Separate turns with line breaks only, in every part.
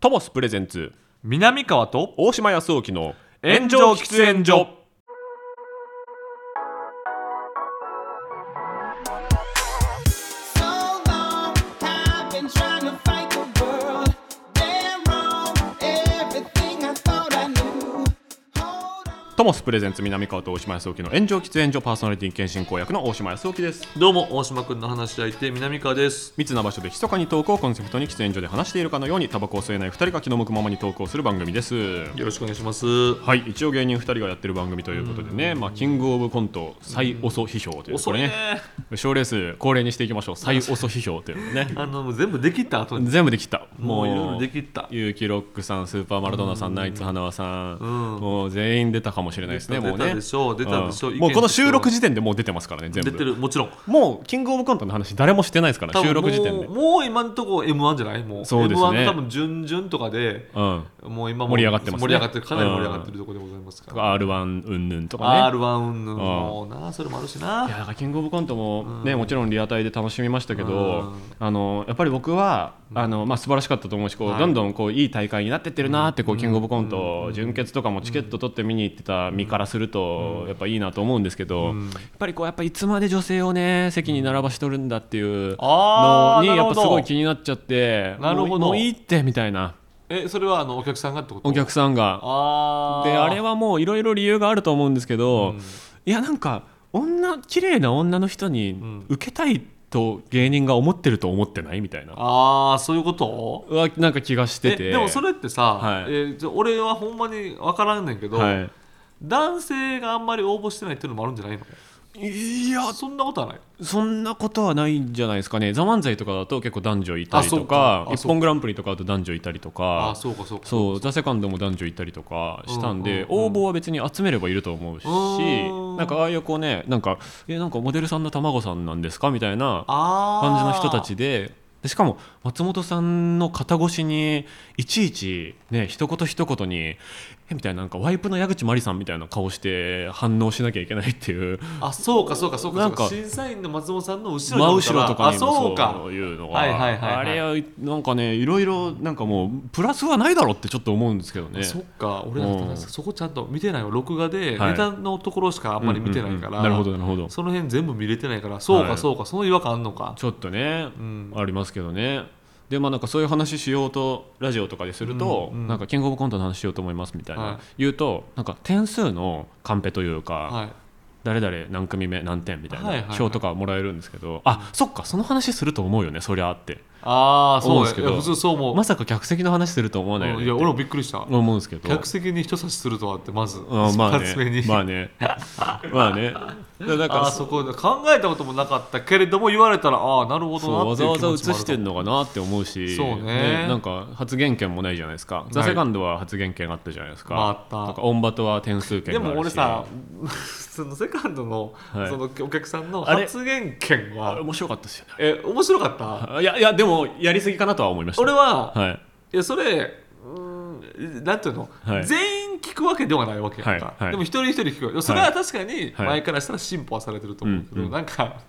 トモスプレゼンツ
南川と
大島康沖の
炎上喫煙所
トモスプレゼンツ南川と大島康沖の炎上喫煙所パーソナリティ検診公約の大島康沖です
どうも大島くんの話し相手南川です
密な場所で密かにトークをコンセプトに喫煙所で話しているかのようにタバコを吸えない2人が気の向くままに投稿する番組です
よろしくお願いします
はい一応芸人2人がやってる番組ということでね、まあ、キングオブコント最遅批評という
遅い
こ
ね
れね賞レース恒例にしていきましょう最遅批評というのね
あのもう全部できた後に
全部できた
も
も
う
う
いろいろできた
ゆうきロックさんスーパーマラドーナさんナイツ花輪さん、
うん
もう全員出たかもしれないですね
出た
もうね
出たでしょう出たでしょう
うん
意見
もうこの収録
と
時点でもう出てますからね全
出
部
てるもちろん
もうキングオブコントの話誰もしてないですから
多分
収録時点で
もうもう今のところ M1 じゃないもう
そうですね
M1 の多分準々とかで
うん
もう今も
盛り上がってますね
盛り上がってるかなり盛り上がってるところでございますから
R1 うんぬんとかね
R1 うんぬんもうなそれもあるし
いや
な
だからキングオブコントも、ねもちろんリアタイで楽しみましたけ
う
ど
ん
あのやっぱり僕はあの、まあ、素晴らしかったと思うしこう、
はい
どんどんこういい大会になってってるなってこう、キングオブコント準決とかもチケット取って見に行ってた身からすると、やっぱいいなと思うんですけど、やっぱりこうやっぱいつまで女性をね席に並ばしとるんだっていう
あ
の
ー
に
なる
やっぱ
ほど
すごい気になっちゃって
なるほど
もうもういいってみたいな
えそれはあのお客さんがってこと
お客さんが
あー
であれはもういろいろ理由があると思うんですけど、
うん
いやなんか女綺麗な女の人に受けたいと芸人が思ってると思ってないみたいな、
ああそういうこと
うわなんか気がしてて
えでもそれってさ、
はい
えーじゃ俺はほんまに分からんねんけど、
は
男性があんまり応募してないっていうのもあるんじゃないの
い、いや
あそんなことはない
そんなことはないんじゃないですかね「ザ漫才とかだと結構男女いた
あ
り
そ
と
う
か
か
「
あ
一
そうか
本グランプリ」とかだと男女いたりと
あ
か
あそうかそうか
そう「ザセカンドも男女いたりとかしたんで、
うんうんうん
応募は別に集めればいると思うし、
うん
なんかああいうこうねなんか「えなんかモデルさんの卵さんなんですか?」みたいな
あー
感じの人たちででしかも松本さんの肩越しにいちいちね一言一言にえみたいななんかワイプの矢口真理さんみたいな顔して反応しなきゃいけないっていう
あそうかそうかそうか
な
そ
ん
う
か
か審査員の松本さんの後ろ
真後ろ
にいる
とか
からあ
に
そう
も
か
そういうの
はいはいはいはい
があれはなんかねいろいろなんかもうプラスはないだろうってちょっと思うんですけどね。
そっか俺だってな
うん
そこちゃんと見てないわ録画でネ
はい
タのところしかあんまり見てないから、
うんうんうんなるほどなるほど
その辺全部見れてないからそう
は
か
い
そうか、その違和感あんのか
ちょっとね、
ん
ありますけどねでまあなんかそういう話しようとラジオとかですると、
うんうん
なんかキングオブコントの話しようと思いますみたいな、
はい
言うとなんか点数のカンペというか、
はい
誰々何組目何点みたい
はいはいは
ない表とかもらえるんですけど、あそっかその話すると思うよねそりゃあって
ああ
思
そううんで
ですすけ
け
ど
ど普通そう思う、
まさか客席の話すると思わないよ
う
ね
ん
っ
い
て
や俺もびっくりした
思うんですけど
客席に人差しするとはってまず
うんまあ
一発目
ね
に、
まあねまあねだだから
あーそこで考えたこともなかったけれども言われたらああなるほ
そう
どな
わ
って
ざ
いう
わ
気
ざ映
持ちもある
してんのかなって思うし
そうね
なんか発言権もないじゃないですか「ザ・セカンドは発言権あったじゃないですか,、
まああった
なんかオンバトは点数権が
で
あるし
も俺さそのセカンドの,、
はい
そのお客さんの
あれ
発言権
あれ
は
面白かったですよね
え面白かった
あいやいやでもやりすぎかなとは思いました
俺は、
はい
いやそれうーんなんていうの、
はい
全員聞くわけではないわけやんか、
はいはい
でも一人一人聞くよそれは確かに
はい
前からしたら進歩はされてると思うけど、
うんうん
なんか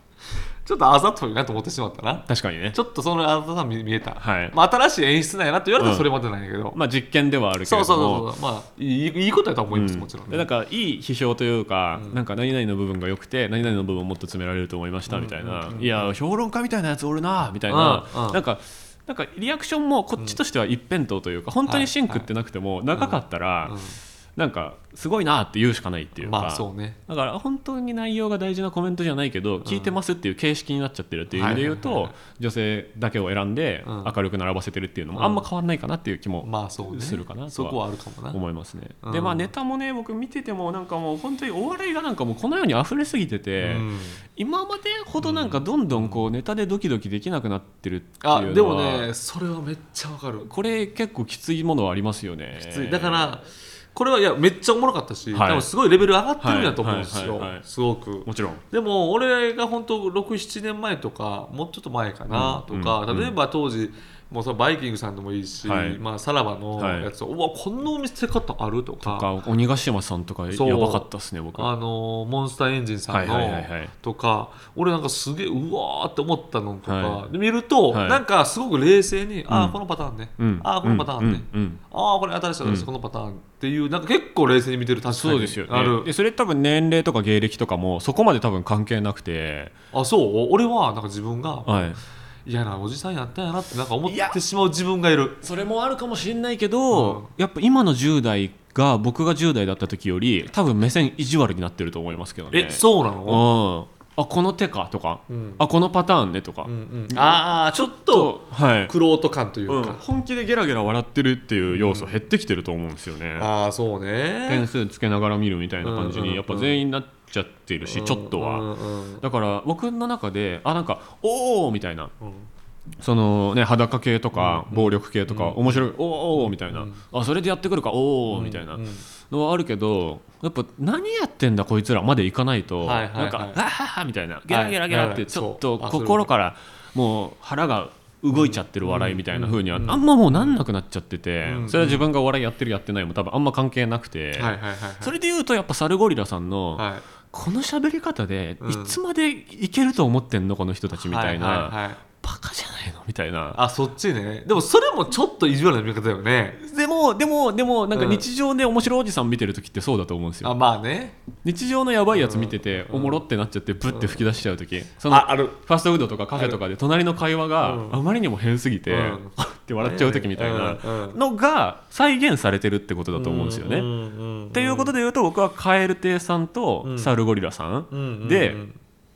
ちょっとあざといなと思ってしまったな
確かにね
ちょっとそのあざとさ見見えた、
はい
まあ、新しい演出なんやなと言われたらそれまでなんやけど、
まあ実験ではあるけ
そ
れど
うそう
も
そうそうまあいいいいことやとは思います、もちろん、
で
ね、
なんかいい批評というか、なんか何々の部分が良くて何々の部分をもっと詰められると思いましたみたいな、いや評論家みたいなやつおるなみたいな、
うんうん
なんかなんかリアクションもこっちとしては一辺倒というか、本当にシンクってなくても長かったら、なんかすごいなって言うしかないっていうか、
まあそうね
だから本当に内容が大事なコメントじゃないけど、聞いてますっていう形式になっちゃってるっていう意味で言うと、
はいはいは
女性だけを選んで
うん
明るく並ばせてるっていうのもあんま変わんないかなっていう気も、
まあそうね
するかなとは
そこはあるかもな
思いますね、
うん
でまあネタもね僕見ててもなんかもう本当にお笑いがなんかもうこのように溢れすぎてて、
うん
今までほどなんかどんどんこうネタでドキドキできなくなってるっていうのは
あでもねそれはめっちゃわかる
これ結構きついものはありますよね
ついだからこれはいやめっちゃおもろかったし、
はい
多分すごいレベル上がってるんだと思うんですよ、
はいはいはいはい
すごく
もちろん
でも俺が本当67年前とかもうちょっと前かなとか、
うんうん
例えば当時もうそのバイキングさんでもいいし、
はい
まあ、さらばの
はい
やつを、うわこんなお店方あると
と
か
か鬼ヶ島さんとか
そう
やばかったっすね僕
あのモンスターエンジンさんの、
はいはいはいはい
とか俺なんかすげえうわーって思ったのとか、
は
で見ると、
はい
なんかすごく冷静に、
う
ああ
ん
このパターンね、
うん
ああこのパターンね、
うんうんうん
ああこれ新しい新しい、
うん
このパターンっていうなんか結構冷静に見てる確かに
そうですよ
あ
ね
る
でそれ多分年齢とか芸歴とかもそこまで多分関係なくて、
あそう俺はなんか自分が
はい、
嫌なおじさんやったんやなってなんか思っ
いや
てしまう自分がいる
それもあるかもしれないけど、
うん
やっぱ今の10代が僕が10代だった時より多分目線意地悪になってると思いますけどね
えそうな
うん
の、
あこの手かとか、
うん
あこのパターンねとか、
うんうん、ああちょっ
と
と
はい、
くろうと感という
うん、
か、
本気でゲラゲラ笑ってるっていう要素減ってきてると思うんですよね、
ああそうね
点数つけながら見るみたいな感じ
うんうんう
に
ん
やっぱ全員なっちゃってるし、ちょっとは、
うんうん
だから僕の中であなんかおおみたいな
うん
そのね裸系とか暴力系とか面白いおおみたいな、
うん
あそれでやってくるかおおみたいな
うんうん
のはあるけどやっぱ何やってんだこいつらまでいかないと、
はいはいはい
なんかあははみたいなゲラゲラゲラっ
はいは
て
い
ちょっと
そうあ
心からもう腹が動いちゃってる笑いみたいな風には
うん
あんまもうなんなくなっちゃってて
うん
それは自分がお笑いやってるやってないも多分あんま関係なくて
はいはいはいはい
それで言うとやっぱサルゴリラさんの
はい
この喋り方で
うん
いつまでいけると思ってんのこの人たちみたい
はは
な
はい
バカじゃないのみたいな
あそっちねでもそれもちょっと意地悪な見方だよね
でもでもでもなんか
うん
日常で面白いおじさん見てる時ってそうだと思うんです
あ
よ
まあね
日常のやばいやつ見てておもろってなっちゃってブッて吹き出しちゃう時その
あある
ファストフードとかカフェとかで隣の会話が
うん
あまりにも変すぎて
うん
って笑っちゃう時みたいな
うんうん
のが再現されてるってことだと思うんですよね。っていうことで言うと僕はカエル亭さん
う
と
ん
サルゴリラさんで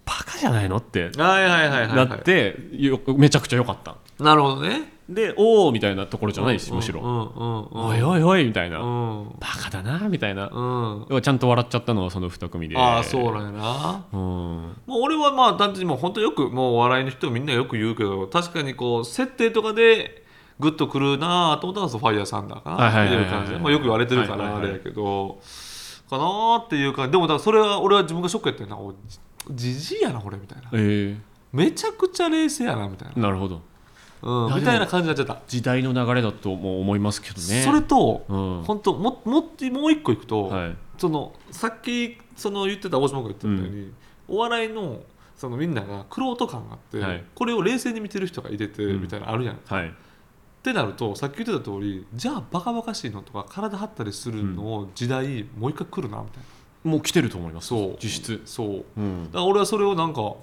バカじゃないのって
ではいはいはいはいはい
なってよめちゃくちゃ良かった
なるほどね
でおおみたいなところじゃないしむし
う
ろ
んうんうん
おいおいおいみたいなバ
うん
カだなみたいな
うん
ちゃんと笑っちゃったのはその2組で
ああそうなんやな
うん
もう俺はまあ単純にもう本当よくもうお笑いの人みんなよく言うけど確かにこう設定とかでグッとくるなと思ったのはそうファイヤーさんだか
はいは
ない
は
っ
い
て
はい
いう感じでまあよく言われてるか
はい
ら
は
あ
いはい
れやけどかなーっていう感じでもだからそれは俺は自分がショックやったよなおじじじいやなこれみたいな
え
めちゃくちゃ冷静やなみたい
ー、なるほど
な、うん、
いや
みたいな感じになっちゃった、
時代の流れだとも思いますけどね
それと
うん
本当もももう一個いくと、
はい
そのさっきその言ってた大島君が言ってたように、お笑いのそのみんなが玄人感があって、
はい
これを冷静に見てる人がいてて、
うん
みたいなのあるやんっ
はい
てなるとさっき言ってた通りじゃあバカバカしいのとか体張ったりするのを時代、もう一回来るなみたいな
もう来てると思います
そう
実質
そうだ
うん
から俺はそれをなんか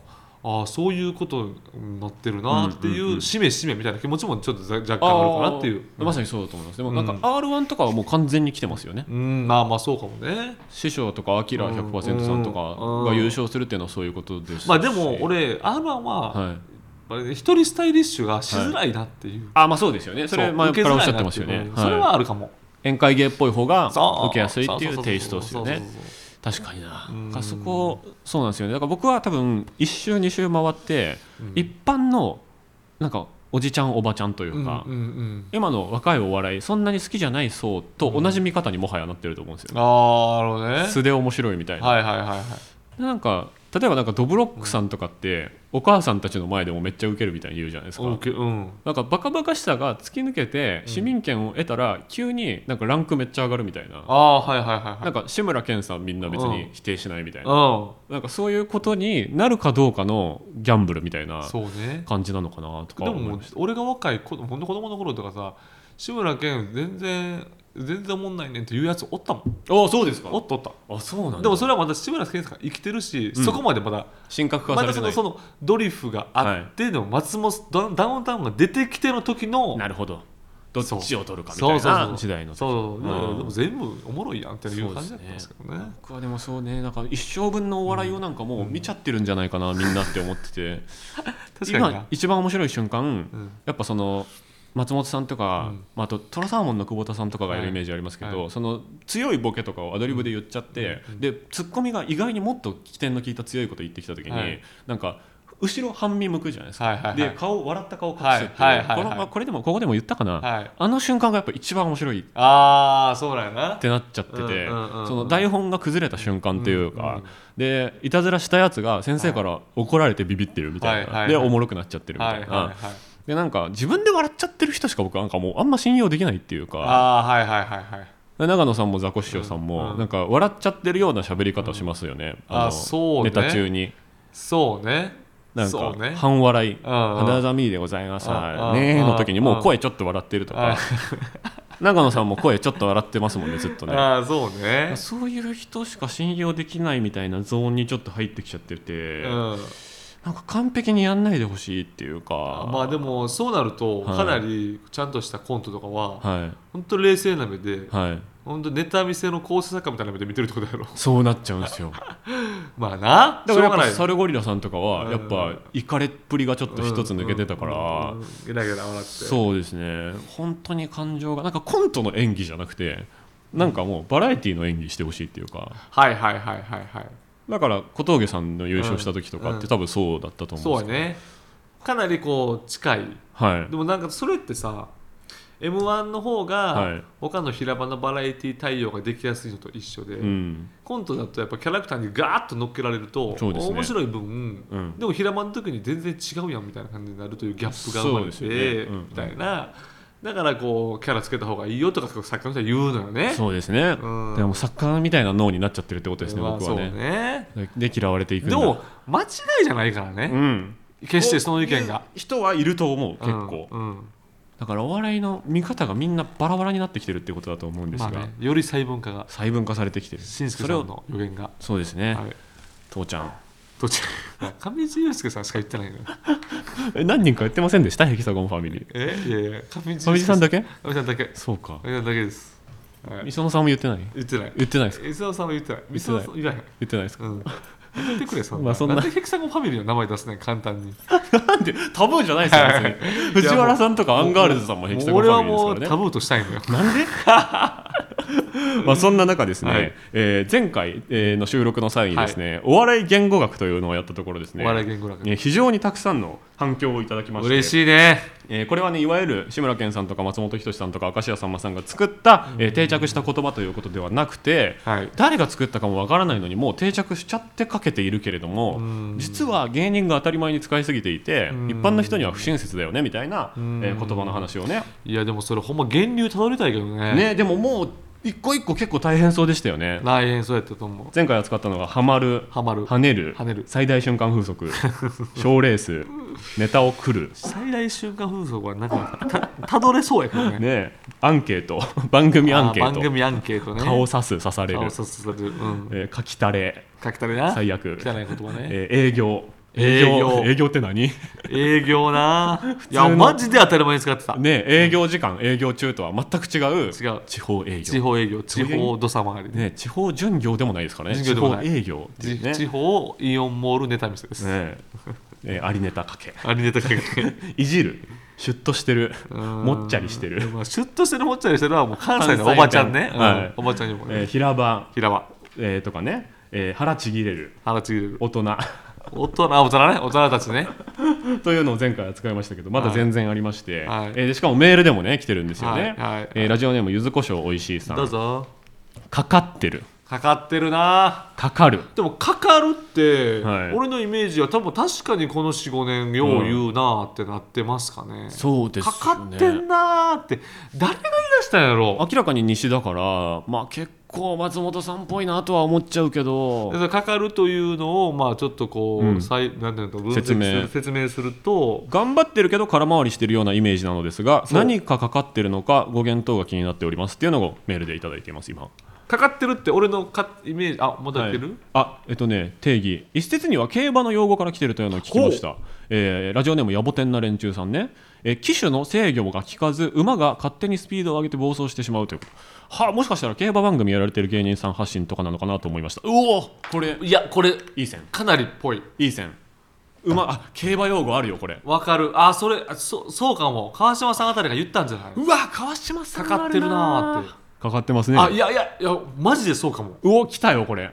ああそういうことになってるなって
う
いう、
んうんうん
しめしめみたいな気持ちもちょっとざ若干あるかなっていう
あーまさにそうだと思いますでもなんか
うん
r 1とかはもう完全に来てますよね
うんまあまあそうかもね
師匠とかアキラ100%さんと
うん
かが優勝するっていうのはそういうことですし
まあでも俺 r 1は、
はい
あれね一人スタイリッシュがしづらいなっていう、
あまあそうですよねそれ前からおっしゃってます
す
よね、
それ
はい
はあるかも、
宴会芸っぽい方が
そう
受けやすいっていうテイストですよね確かにな
うん
だからそこそうなんですよねだから僕は多分1周2周回って、
うん
一般のなんかおじちゃんおばちゃんというか、
うんうんうん
今の若いお笑いそんなに好きじゃない層と同じ見方にもはやなってると思うんですよ、ね
ああなるほどね
素で面白いみたいな、
はいはいはいはい
なんか例えばなんかドブロックさんとかって、お母さんたちの前でもめっちゃウケるみたいに言うじゃないですか、
オーケーうん
なんかバカバカしさが突き抜けて市民権を得たら急になんかランクめっちゃ上がるみたいな、
ああはいはいはいは
ないんか志村けんさんみんな別に否定しないみたいな、
う
なんかそういうことになるかどうかのギャンブルみたいなん
そうね
感じなのかなとか
でも
思
も
いうました
俺が若い子ほんと子供の頃とかさ志村けん全然全然おもんないねんっていうやつおったもん
あそうですか
おっとおった
あそうなんだ
でもそれはまだ志村けんさんが生きてるし、
うん
そこまでまだ
神格化
ま
され
だ
て
そ
な
の
い、
そのドリフがあっての松本ダダウンタウンが出てきての時の
なるほどどっ
そう
ちを取るかみ
そうそう
たい
そう
な時代の
そうそう
うん
でも全部おもろいやんっていう感じだったんですけどね
僕はでもそうねなんか一生分のお笑いをなんかもう見ちゃってるんじゃないかな、みんなって思ってて
確かに
今
な
一番面白い瞬間、
うん
やっぱその松本さんとか、
うん
まあ、あとトラサーモンの久保田さんとかがやるイメージありますけど、
はいは
その強いボケとかをアドリブで言っちゃって、でツッコミが意外にもっと起点の効いた強いこと言ってきた時に、
はい
なんか後ろ半身向くじゃないですか、
はいはいはい
で顔笑った顔隠すって
は
い
いは
う
いはいはい
このまあこれでもここでも言ったかな、
はい
あの瞬間がやっぱ一番面白いっ
ああそうだよな
てなっちゃってて、
うんうんうんうん
その台本が崩れた瞬間っていうか、
うんうん
でいたずらしたやつが先生から怒られてビビってるみたいな、
はいはいはい
でおもろくなっちゃってるみたいな。
はいはいはい
でなんか自分で笑っちゃってる人しか僕なんかもうあんま信用できないっていうか
ああはいはいはいはい
長野さんもザコシショウさん
う
も
ん
なんか笑っちゃってるような喋り方をしますよね、
あ
の
そうね
ネタ中に
そうね
なん
そ
か
うね
半笑い「
んうん
花ざみでございます」
うんうん
ねーの時にもううん声ちょっと笑ってるとか長野さんも声ちょっと笑ってますもんねずっとね
ああそうね
そういう人しか信用できないみたいなゾーンにちょっと入ってきちゃってて、
うん
なんか完璧にやんないでほしいっていうか
まあでもそうなると
はい
かなりちゃんとしたコントとかは
は
本当冷静な目で
いはい
本当ネタ見せの構成作家みたいな目で見てるってことやろ
そうなっちゃうんですよ
まあな
だからやっ
しょうが
ぱ
ない
サルゴリラさんとかは
うん
やっぱイカれっぷりがちょっと一つ抜けてたから、
うんうんうんゲラゲラ笑って
そうですね本当に感情がなんかコントの演技じゃなくてなんかもうバラエティの演技してほしいっていうか
はいはいはいはいはい
だから小峠さんの優勝した時とかっ
うんう
て
ん
多分そうだったと思
そううんや
です
ねかなりこう近い
けどはい
でもなんかそれってさ m 1の方
は
が
い
他の平場のバラエティ対応ができやすいのと一緒で、
うん
コントだとやっぱキャラクターにガーッと乗っけられると、
そうですね
面白い分、
うん
でも平場の時に全然違うやんみたいな感じになるというギャップが生まれて、
そうですよねうんうん
みたいなだからこうキャラつけた方がいいよとか作家の人は言うのよね。
そうですね、
うん
でも作家みたいな脳になっちゃってるってことですね、
まあ
僕はね
そうね
で嫌われていくん
で
だ
も間違いじゃないからね、
うん
決してその意見が
こういう人はいると思う結構、
うんうん
だからお笑いの見方がみんなバラバラになってきてるってことだと思うんです
ま
が、
あね、より細分化が
細分化されてきてる
紳助
そ
さ
れ
ん
を
の予言が
そうですね、
はい
父ちゃん
途中上地雄介さんしか言ってないのよ
え何人か言ってませんでしたヘキサゴンファミリー
えいやいや上地
上地さんだ
け
け
上地さんだけ上地
そうか
さんだけです、はい、
磯野さんも言ってない
言ってない
言ってないですか
伊沢さんは言ってない。
言
伊
ってない
沢さん言わへん。
言ってないですか
うん。言ってくれ、そんな。
まあそんな
なんでヘキサゴンファミリーの名前出すねん、簡単に。
なんでタブーじゃないです よ別に藤原さんとかアンガールズさんもヘキサゴンフ
俺は
ァミリ
も
ー
う
です
タ
からね
ブーとしたいのよ。
なんでまあそんな中ですね、
はい
えー前回えーの収録の際にですね、お笑い言語学というのをやったところですね
お笑い言語楽。
えー非常にたくさんの反響をいただきまして
嬉しいね。
えーこれはねいわゆる志村けんさんとか松本人志さんとか明石家さんまさんが作った、えー定着した言葉ということではなくて、
はい。
誰が作ったかもわからないのにもう定着しちゃってかけているけれども
ん
実は芸人が当たり前に使いすぎていて
ん
一般の人には不親切だよねみたいな、え
ん
ー言葉の話をね
いや、でもそれほんま源流たどりたいけどね。。
ねでももう一個一個結構大変そうでしたよね
大変そうやったと思う。
前回扱ったのがハマる
ハマる。
跳ねる
跳ねる
最大瞬間風 速賞レースネタを来る
最大瞬間風速はなんかたたどれそうやけどね。
ねアンケー ト番組アンケー
あ番
ト
組アンケートね。
顔刺す刺される
顔さすされる。うん。
えー書きたれ
書きたれな。
最悪
汚い言葉ね。
えー営業
営業
営業って 何
営業な。いや、
の
マジで当たり前に使ってた。
ね営業時間営業中とは全く違う
違う
地方営業
地方営業、地
ういう
方土佐回りね。
ね、地方巡業でもないですからね
巡業
地
でも
方
ない
営業っていうね
地方イオンモールネタ店です。
ねえーありネタかけ
ありネタかけて。
いじるシュッとしてる
うん
もっちゃりしてる、
まあ、シュッとしてるもっちゃりしてるのはもう関西のおばちゃん
関
ね。
西弁
うん
はい
おばちゃんにも
えー
ね。
平場、
平場、
えーとかね、えー腹ちぎれる
腹ちぎれる。
大人
大人、あ大人ね。大人たちね。
というのを前回扱いましたけどまだ全然ありまして、
はい
えーでしかもメールでもね来てるんですよね、
はいはい
えーラジオネームゆずこしょうおいしいさん
どうぞ。
かかってる
かかってるな。
かかる
でも、かかるって、
はい
俺のイメージは多分確かにこの4、5年、よう言うなってなってますかね。
そうですよ
か
ね
かってんなーって、誰が言い出したんやろ。
明らかに西だからまあ結構松本さんっぽいなとは思っちゃうけど
でそれかかるというのをまあちょっとこう、
うん
さいなんていうのか分析
説
す
明
る説明すると
頑張ってるけど空回りしてるようなイメージなのですが
そう
何かかかってるのか語源等が気になっておりますっていうのをメールでいただいています今
かかってるって俺のかイメージあまだ言ってる、
はいあえっとね定義一説には競馬の用語から来てるというのを聞きました、えーラジオネーム野暮天な連中さんね、えー騎手の制御が効かず馬が勝手にスピードを上げて暴走してしまうということはあもしかしたら競馬番組やられてる芸人さん発信とかなのかなと思いましたうおこれ
いやこれ
いい線
かなりっぽい
いい線馬あ競馬用語あるよこれ
わかるあそれあそそうかも川島さんあたりが言ったんじゃないう
わ川島さん
かかってるなーって
かかってますね
あいやいやいやマジでそうかも
うお来たよこれ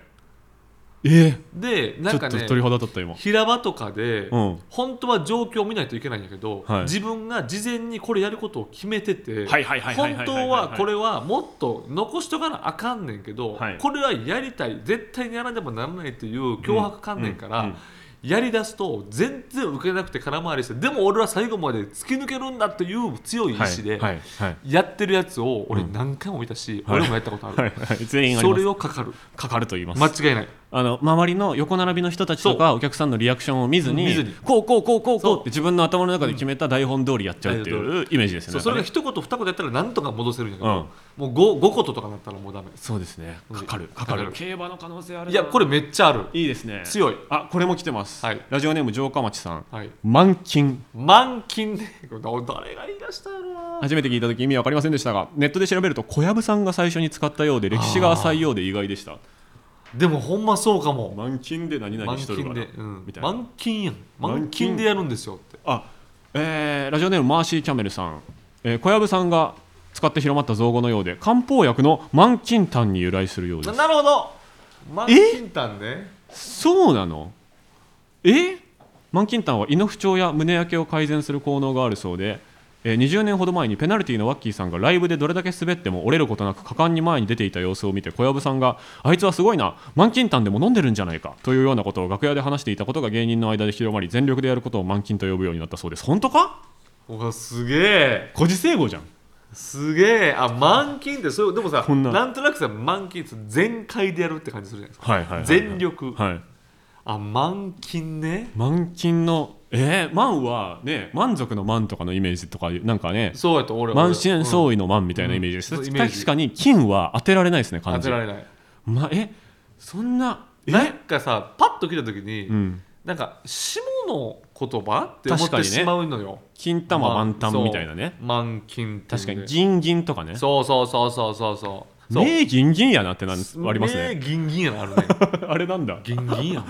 ええ
でな
ちょ
ん
っと
かね
鳥肌立った今
平場とかで、
うん
本当は状況を見ないといけないんやけど、
はい
自分が事前にこれやることを決めてて
はいはいはいはいはいはい
本当はこれはもっと残しとかなあかんねんけど、
はい
これはやりたい絶対にやらねばならないっていう脅迫観念か
うんう
ら
ん
やりだすと全然受けなくて空回りしてでも俺は最後まで突き抜けるんだという強い意志で
はいはい
やってるやつを俺
うん
何回も見たし、
はい
俺もやったことある、
はいはい全員あり
そ
ま
れ
す
をかかる
かかると言います、
間違いない
あの周りの横並びの人たちとかお客さんのリアクションを見ずに
見ずに
こうこうこうこうこ
そう
うって自分の頭の中で決めた台本通りやっちゃうっていうイメージですよ
そ
ね
うそれ
な
が
んかね
一言二言やったら何とか戻せるんやけど、
うん
もう 5, 5こととかなったらもうダメ
そうですねかかるかか
かか
る
る
競馬の可能性あるない
やこれめっちゃある
いいですね
強い
あこれも来てます、
はい
ラジオネーム城下町さん
はい
満金
満金でこれ誰が言い出したやろな
初めて聞いた時意味わかりませんでしたがネットで調べると小籔さんが最初に使ったようで歴史が浅いようで意外でした
でもほんまそうかも
満金で何
満
々しとるか
金
ら
で、うん
みたいな
満金やん
満金
満金でやるんですよって
あ、えーラジオネームマーシー・キャメルさん、えー小籔さんが使って広まった造語のようで漢方薬の満金丹に由来するようで
な
す
なるほど満金炭ね
そうなのえ満金丹は胃の不調や胸焼けを改善する効能があるそうで、えー20年ほど前にペナルティのワッキーさんがライブでどれだけ滑っても折れることなく果敢に前に出ていた様子を見て小籔さんがあいつはすごいな満金丹でも飲んでるんじゃないかというようなことを楽屋で話していたことが芸人の間で広まり全力でやることを満金と呼ぶようになったそうです本当か
うわすげえ
個人整合じゃん
すげえあ満金ってそうでもさ
こんな
なんとなくさ満金って全開でやるって感じするじゃないですか
はいはいはいはい
全力
はい、
あ満金ね
満金のえー、満はね満足の満とかのイメージとかなんかね
そうやと俺
満身創
う
痍の満みたいなイメージです、
うんそうイメージ
確かに金は当てられないですね
当
感じ
てられない
ま、えそんなえ
なんかさパッと来た時に、
うん
なんか下の言葉って思っ
確かに
て
ね
しまうのよ
金玉満タンみたいなね、
そう満金っていう
確か
ね
に銀銀とかね
そうそうそうそうそうそうそう
名銀銀やなってなんありますね
目ギンギンやな あるね
あれなんだ
ギンギンやな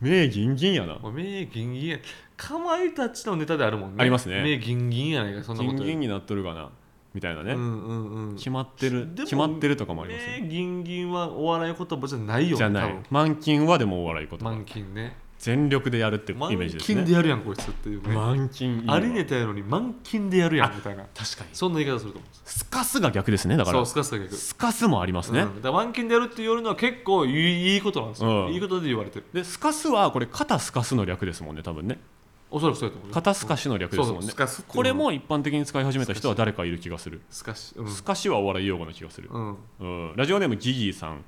名銀銀やな
お前目ギンギンやかまいたちのネタであるもんね
ありますね
目ギンギンやないかそんなこ
銀
と
銀になっとるかなみたいなね、
うんうんうん
決まってる
でも
決まってるとかもありますね
目ギンギンはお笑い言葉じゃないよ
じゃ
多
ない
分
満金はでもお笑い言葉
満金ね
全力でやるってイメ
満
ージですね
金でやるやんこいつっていうね
満金いいわ
ありネタやのに満金でやるやんみたいな
確かに
そんな言い方すると思う
スカスが逆ですねだか
そ
ら
うスカスカ逆
スカスもあります
う
ね
ん、だから満金でやるって言われるのは結構いいいいことなんですよ、
うん
いいことで言われてる
でスカスはこれ肩スカスの略ですもんね多分ね
おそらくそうやと思う
肩スカシの略ですも
そうんそう
ね
スカスっていうの
これも一般的に使い始めた人は誰かいる気がする
スカシうん
スカシはお笑い用語な気がする、
うん
うん、ラジオネームギギーさん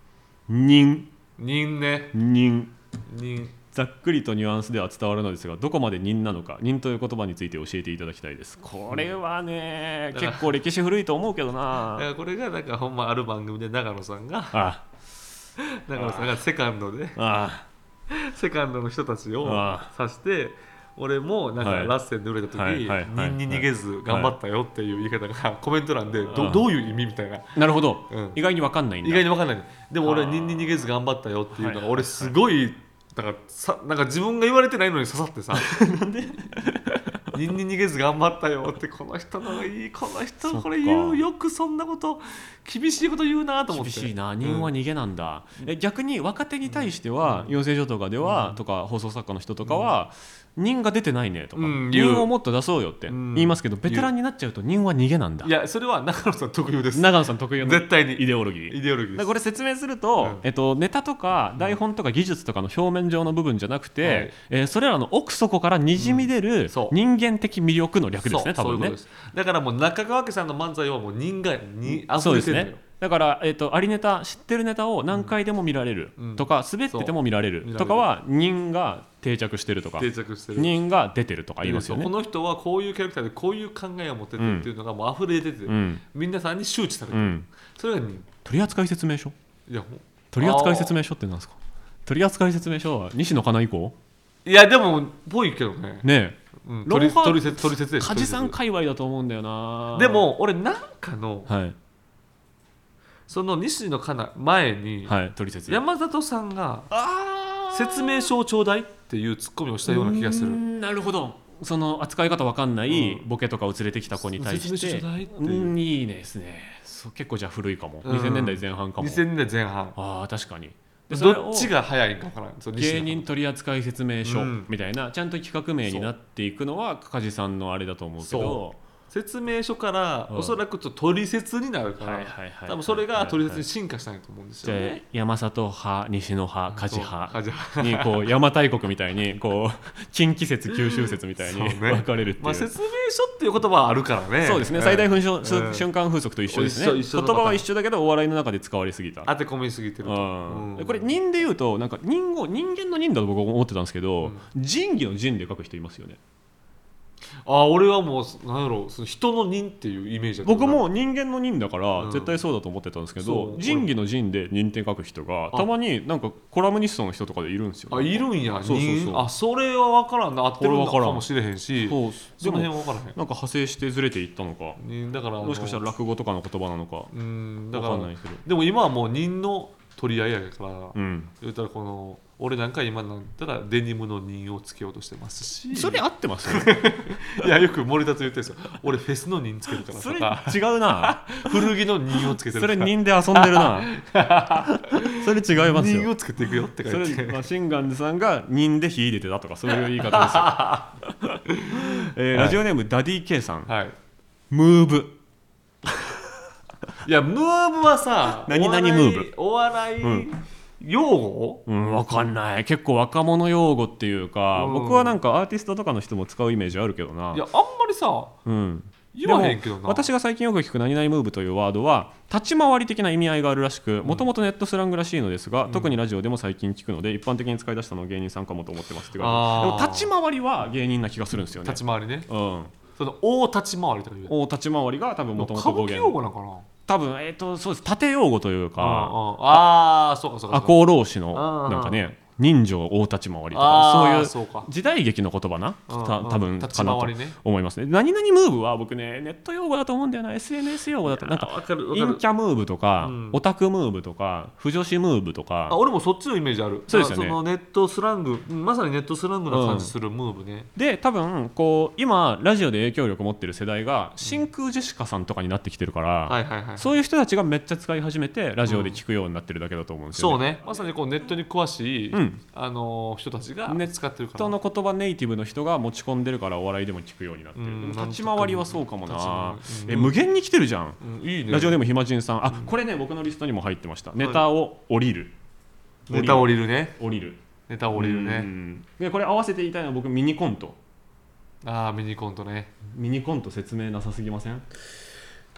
ニン
人ね
ニン
人
ざっくりとニュアンスでは伝わるのですがどこまで人なのか人という言葉について教えていただきたいですこれはね
うん
結構歴史古いと思うけど
だ
な
からこれがなんかほんまある番組で長野さんが
あ
長野さんがセカンドで
ああ
セカンドの人たちを
あ
指して俺もなんか
はい
ラッセンで売れた時
はいはいはいはい
人に逃げず頑張ったよっていう言い方がコメント欄で
う
ど
ん
どういう意味みたいな
なるほど、
うん
意外に分かんないんだ
意外に分かんないでも俺
あ
は
ー
人に逃げず頑張ったよっていうの
はい
が
はい
俺すごいだからさなんか自分が言われてないのに刺さっ てさなんで人に逃げず頑張ったよってこの人のいいこの
そっ
人
か
これ言うよくそんなこと厳しいこと言うなと思って
厳しいな人は逃げなんだ、え逆に若手に対しては、養成所とかでは、とか放送作家の人とかは、人が出てないねとか、
うん言う
人をもっと出そうよって
うん
言いますけど、ベテランになっちゃうと人は逃げなんだ
いやそれは中野さん特有です
長野さん特有の
絶対
イ
に
デオロギー
イデオロギー
だから
です
これ説明すると、
うん
えっと、ネタとか台本とか技術とかの表面上の部分じゃなくて、
はい
えーそれらの奥底からにじみ出る
そう
人間的魅力の略です
そ
ね、
うそう
多
い
分
うこと
ね
で。すだからもう中川家さんの漫才はもう人がに
そう
溢
で
れ
す
てるの
ね
よ
だから、えっとありネタ知ってるネタを何回でも見られる
うん
とか、滑ってても見られ
そう
るとかは人が定着してるとか
定着してる
人が出てるとか言いますよね
こ。の人はこういうキャラクターでこういう考えを持っててっていうのがもう溢れ出てて、
うん
みんなさんに周知されて
う
る、
ん、
それが人
取扱説明書
いやもう
取扱説明書ってなんですか取扱説明書は西野カナ以降
いやでもぽいけどね、
ね
うん、
ロン
取
ハー
取説取説
え
でしょ
梶さん
取
界隈だと思うんだよな
説でも俺なんかの
は
その西野カナ前
い
に、
はい取説
山里さんが
あ
説明書をちょうだいっていうツッコミをしたような気がする
なるほどその扱い方わかんない
うん
ボケとかを連れてきた子に対して
説明書ちょうだいっていう
うんいいですねそう結構じゃあ古いかも、
うん
2000年代前半かも
2000年代前半
あー確かにでそれ
ど
を
っちが早いんか分からんそう西野
芸人取扱説明書
うん
みたいな、ちゃんと企画名になっていくのは梶さんのあれだと思うけど
説明書から
うん
おそらくちょっと取説になるから、
はいはいはい
多分それが取説に進化したんやと思うんです
じ
よ
ゃあ
ね。
山里派西野派梶
そう
派
梶
に こう邪馬台国みたいにこう近畿説九州説みたいに
そうね
分かれるっていう。
まあ、説明書っていう言葉はあるからね。
そうですね、
ん
最大風瞬,、
うん
瞬間風速と一緒ですね
一緒一緒のパタ
言
ーン
葉は一緒だけどお笑いの中で使われすぎた
当て込みすぎてると。
うん
うん
これ人で言うとなんか人を人間の人だと僕は思ってたんですけど、
うん
仁義の仁で書く人いますよね
あ俺はもうなんやろうその人の人っていうイメージだった
僕も人間の人だから
うん
絶対そうだと思ってたんですけど、
そう
仁義の仁で人って書く人が
あ
たまになんかコラムニストの人とかでいるんですよ
あいるんや
そうそうそう
人あそれは分からんな合ってる
これ
の
分からん
かもしれへんし
そう
そ
で
の
もな
辺
んか
は分からへん
派生してずれていったのか
人だから
もしかしたら
あの
落語とかの言葉なのか
うんだ
分か
か
らんないけど
でも今はもう人の取り合いやから、
うん
言うたらこの俺なんか今なんたらデニムの人をつけようとしてますし
それ合ってますよ
いやよく森田と言ってるんですよ俺フェスの人つけてるか ら
そ
と
れ
か
違う な
古着の人をつけてる
そ
とか
れ人で遊んでるな それ違います
人
よ
をつけていくよって
そ
書い
れ
て
マシンガンズさんが人で秀でてたとかそういう言い方 ですよ、えーラジオネームダディ K さん、
はい
ムーブ
いやムーブはさ
何々
お笑い
ムーブ
お笑い、
うん
用語
うん、わかんない結構若者用語っていうか、
うん
僕はなんかアーティストとかの人も使うイメージあるけどない
やあんまりさ
うん、
言わへんけど
で
な
も私が最近よく聞く「何々ムーブ」というワードは立ち回り的な意味合いがあるらしくもともとネットスラングらしいのですが、特にラジオでも最近聞くので一般的に使い出したのは芸人さんかもと思ってますって書いてある
あー
でも立ち回りは芸人な気がするんですよね
立ち回りね
うん、
その大立ち回りとか言う
お立ち回りが多分もとも
歌
と
舞
語
伎用
源
語なんかな
多分えっ、とそうです縦用語というか
ああーそうかそうか
赤
そうか
穂浪士の
うん
なんかね人情大立ち回りと
あ
か
ー
そういう
そうか
時代劇の言葉な
うん
た
うん
多分
立
か
ち
な
回
と
りね
思いますね何々ムーブは僕ねネット用語だと思うんだよな SNS 用語だったなんか
わかるわ
陰キャムーブとか、
うん
オタクムーブとか不女子ムーブと
あ
か
俺もそっちのイメージある
そうですよね
あのネットスラングうんまさにネットスラングな感じするムーブね、
で多分こう今ラジオで影響力持ってる世代が真空ジェシカさんとかになってきてるから、
はいはいはい
そういう人たちがめっちゃ使い始めてラジオで聞くようになってるだけだと思うんですよね。
そうねまさにこうネットに詳しい、
うん
あの人たちが
ネッ
使ってるから
人の言葉ネイティブの人が持ち込んでるからお笑いでも聞くようになってる、
うん
でも立ち回りはそうかもな
立ち回り
え
うん
無限に来てるじゃん、
うんいいね
ラジオでもひまじんさんあこれね僕のリストにも入ってましたネタを降りる
ネタ降りるね
降りる
ネタ降りる
う
ね
んでこれ合わせて言いたいのは僕ミニコント
ああミニコントね
ミニコント説明なさすぎません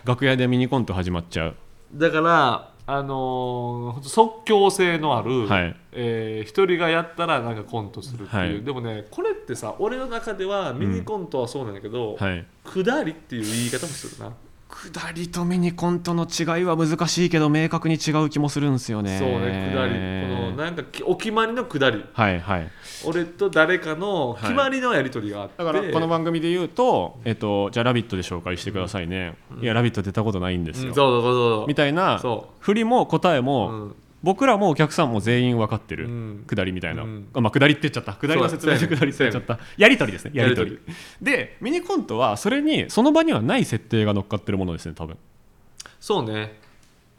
楽屋でミニコント始まっちゃう
だからあのー即興性のある、
はい
えー一人がやったらなんかコントするっていう、
はい
でもねこれってさ俺の中ではミニコントはそうなんだけど、
はい
くだりっていう言い方もするな、
下りとミニコントの違いは難しいけど明確に違う気もするんですよね
そうねくだりこのなんかきお決まりのくだり
はいはい
俺と誰かの決まりのやり取りがあって、
だからこの番組で言うと「えっと、じゃあ「ラビット!」で紹介してくださいね「いやラビット!」出たことないんで
う
す
んそ
よ
う、そうそう
みたいな
そ
振りも答え
そう、
も、
うん
僕らもお客さんも全員分かってる、
うん
下りみたいな、
うん
あまあ下りって言っちゃった下りの説明
そ
で
う
下
やね
りって言っちゃったやり取りですねやり取り
や
でミニコントはそれにその場にはない設定が乗っかってるものですね多分
そうね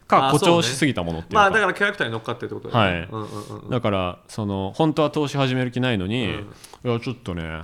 か
あー
誇張
そう
し
ね
すぎたものっていうか
まあだからキャラクターに乗っかってってことだよね、
はい
うんうんうんうん
だからその本当は投資始める気ないのに、いやちょっとね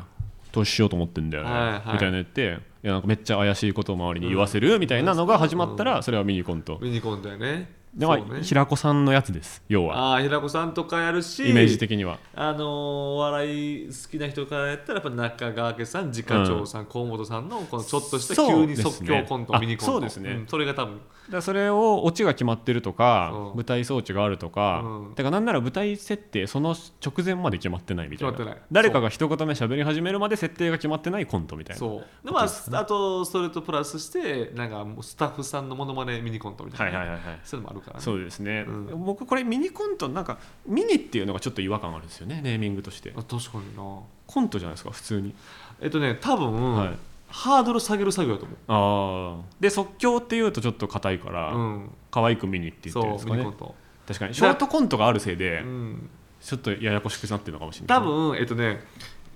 投資しようと思ってんだよね、
はいはい
みたいなの言っていやなんかめっちゃ怪しいことを周りに言わせるみたいなのが始まったら、それはミニコント、
ミニコントやね
でまあ
そうね
平子さんのやつです要は
ああ平子さんとかやるし
イメージ的には
あのーお笑い好きな人からやったらやっぱ中川家さん自家長さん、河本さんのこのちょっとした急に即興コント、
そうですね
ミニコン
あ
ト
そうですね
んそれが多分
だからそれをオチが決まってるとか
うん
舞台装置があるとか、
うん
てかなんなら舞台設定その直前まで決まってないみたいな
決まってない
誰かが一言目喋り始めるまで設定が決まってないコントみたいな
そうでまああとそれとプラスしてなんかもうスタッフさんのモノマネミニコントみたいな、
はいはいはいはい
そういうのもあるからね
そうですね、
うん
僕これミニコントなんかミニっていうのがちょっと違和感あるんですよねネーミングとして
あ確かにな
コントじゃないですか普通に、
えっとね多分、
はい
ハードル下げる作業だと思う
ああで即興っていうとちょっと硬いから、
うん、
可愛くミニって言ってるんです
そう
か
ミニコ
ね
ント、
確かにショートコントがあるせいで
うん、
ちょっとややこしくなってるのかもしれない
多分えっとね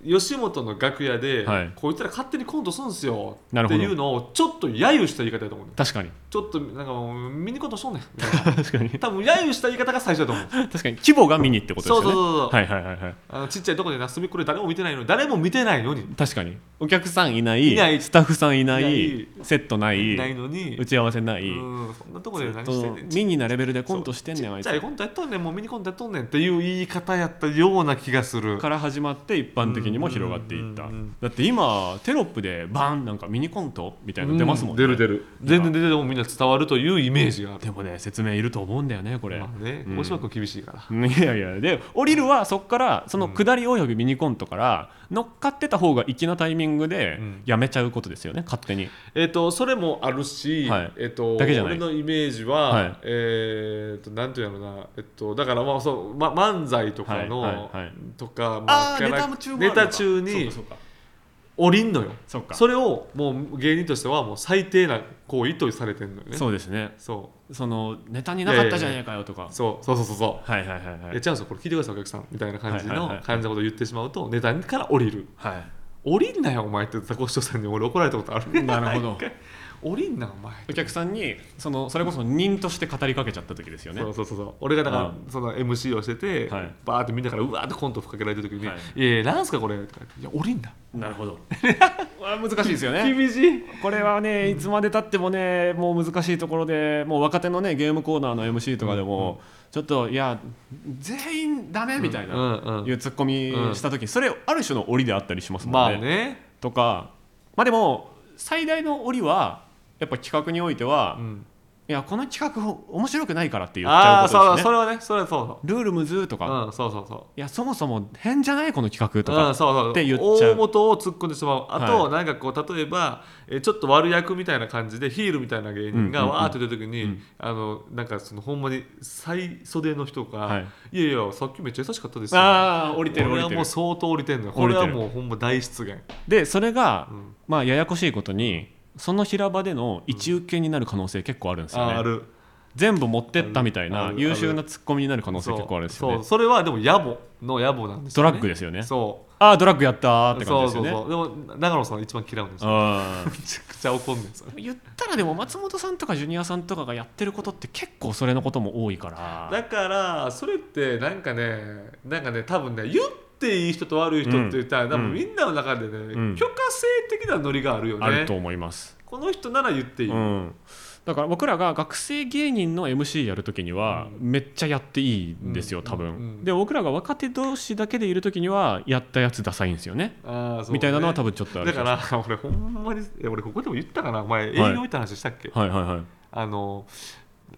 吉本の楽屋で、
はい
こいつら勝手にコントするんですよ
なる
っ
ほ
て
ど
いうのをちょっと揶揄した言い方だと思うね
確かに
ちょっとなんかもうミニコントしとんねんみたいな
確かに
多分揶揄した言い方が最初だと思う
確かに規模が見にってことです
そう
よね
そうそうそう、
はいはいはいはい
あのちっちゃいとこでな隅っこで誰も見てないのに誰も見てないのに
確かにお客さんいない
いない
スタッフさんいない
い
セットない
ないのに
打ち合わせない、
うんそんなとこで何
そ
してん
の
ねん
ミニなレベルでコントしてんねんあい
ちっ
つ
ちゃいコントやっとんねんもうミニコントやっとんねんっていう言い方やったような気がする
から始まって一般的にも広がっていった、
うんうんうんうん
だって今テロップでバーンなんかミニコントみたいなの出ますもんね、
う出る出る全然出ててもみんな伝わるというイメージがある、
でもね説明いると思うんだよねこれ、
まあね
うん
大島君厳しいから、
いやいやで降りるはそこからその下りおよびミニコントから乗っかってた方が粋なタイミングで
うん
やめちゃうことですよね勝手に
えっとそれもあるし、
はい
えっと
だけじゃない
俺のイメージは、
はい
えっとなんていうのな、えっと、だからまあそう、ま、漫才とかの、
はいはいはい
とか、まキャラネタ中に
そうか
降りんのよ
そうか
それをもう芸人としてはもう最低な行為とされてるのよね
そうですね
そ
そのネタになかったじゃねえかよとか
うそうそうそうそうそう
はいはいはいはい
えちゃうんですよこれ聞いてくださいお客さんみたいな感じ
はいはいはい
の
はい
感じのことを言ってしまうとネタから降りる
はい
降りんなよお前ってザコシショウさんに俺怒られたことある
なるほ ど
降りんなお前
お客さんにそのそれこそ人として語りかけちゃった時ですよね
そうそうそうそう俺がだから
う
その MC をしてて、
はい
バーってみんなからうわーってコント吹っかけられた時に「
はい
い、やいやなんすかこれ」とか言っていや降りんな
なるほど わあ難しいですよね
厳しい
これはねいつまでたってもねもう難しいところでもう若手のねゲームコーナーの MC とかでも、ちょっといや全員ダメみたいな、
うんうん
いうツッコミした時、それある種の檻であったりします
ま
もん
あ
ね。
ね
とかまあでも最大の檻はやっぱ企画においては、
ん
いやこの企画面白くないからって言っちゃ
ああ
うこ
ーそ
と
う
です
そ
ね。
れはねそれはそう
ルールむずーとか、
そ
い
ううんそうそうそう
やそもそも変じゃないこの企画と
う
か
ん、そうそう
って言っちゃう
大元を突っ込んでしまうあと、
は
なんかこう例えばえーちょっと悪役みたいな感じでヒールみたいな芸人
うん
が
うんうん
わーって出た時に、あのなんかそのほんまに最袖の人が、
はい
い、やいやさっきめっちゃ優しかったですよ
ああ降りてる降
これ
り
は
てる
もう相当降りてんのよ
降
こ
り
れ
てる
はもうほんま大失言
でそれが、
ん
まあややこしいことにその平場での一受けになる可能性結構あるんですよ
あ
ね、
ーある
全部持ってったみたい
あ
な
るある
優秀なツッコミになる可能性
そう
結構あるんですよ
そう
ね
それはでも野暮の野暮なんです
ド
よね
ラッグですよね
そ
ああドラッグやったーっ
う
て感じ
そ
で
う
す
そ
よ
う
ね
そうでも長野さんが一番嫌うんですよ
あ
めちゃくちゃ怒んねんですよ
ー言ったらでも松本さんとかジュニアさんとかがやってることって結構それのことも多い から
だからそれってなんかねなんかね多分ね言っていい人と悪い人って言ったら、
うん
多
うん
分みんなの中でね、
ん
許可制的なノリがあるよね
あると思います、
この人なら言っていい、
うん、だから僕らが学生芸人の MC やるときにはめっちゃやっていいんですよ
うん
多分、
うん
で僕らが若手同士だけでいるときにはやったやつダサいんですよね
あーそうね
みたいなのは多分ちょっとある
だ
気
か
がしま
ら俺ほんまにえ俺ここでも言ったかな前営
はい
業行った話したっけ、
すはいはいはい
あの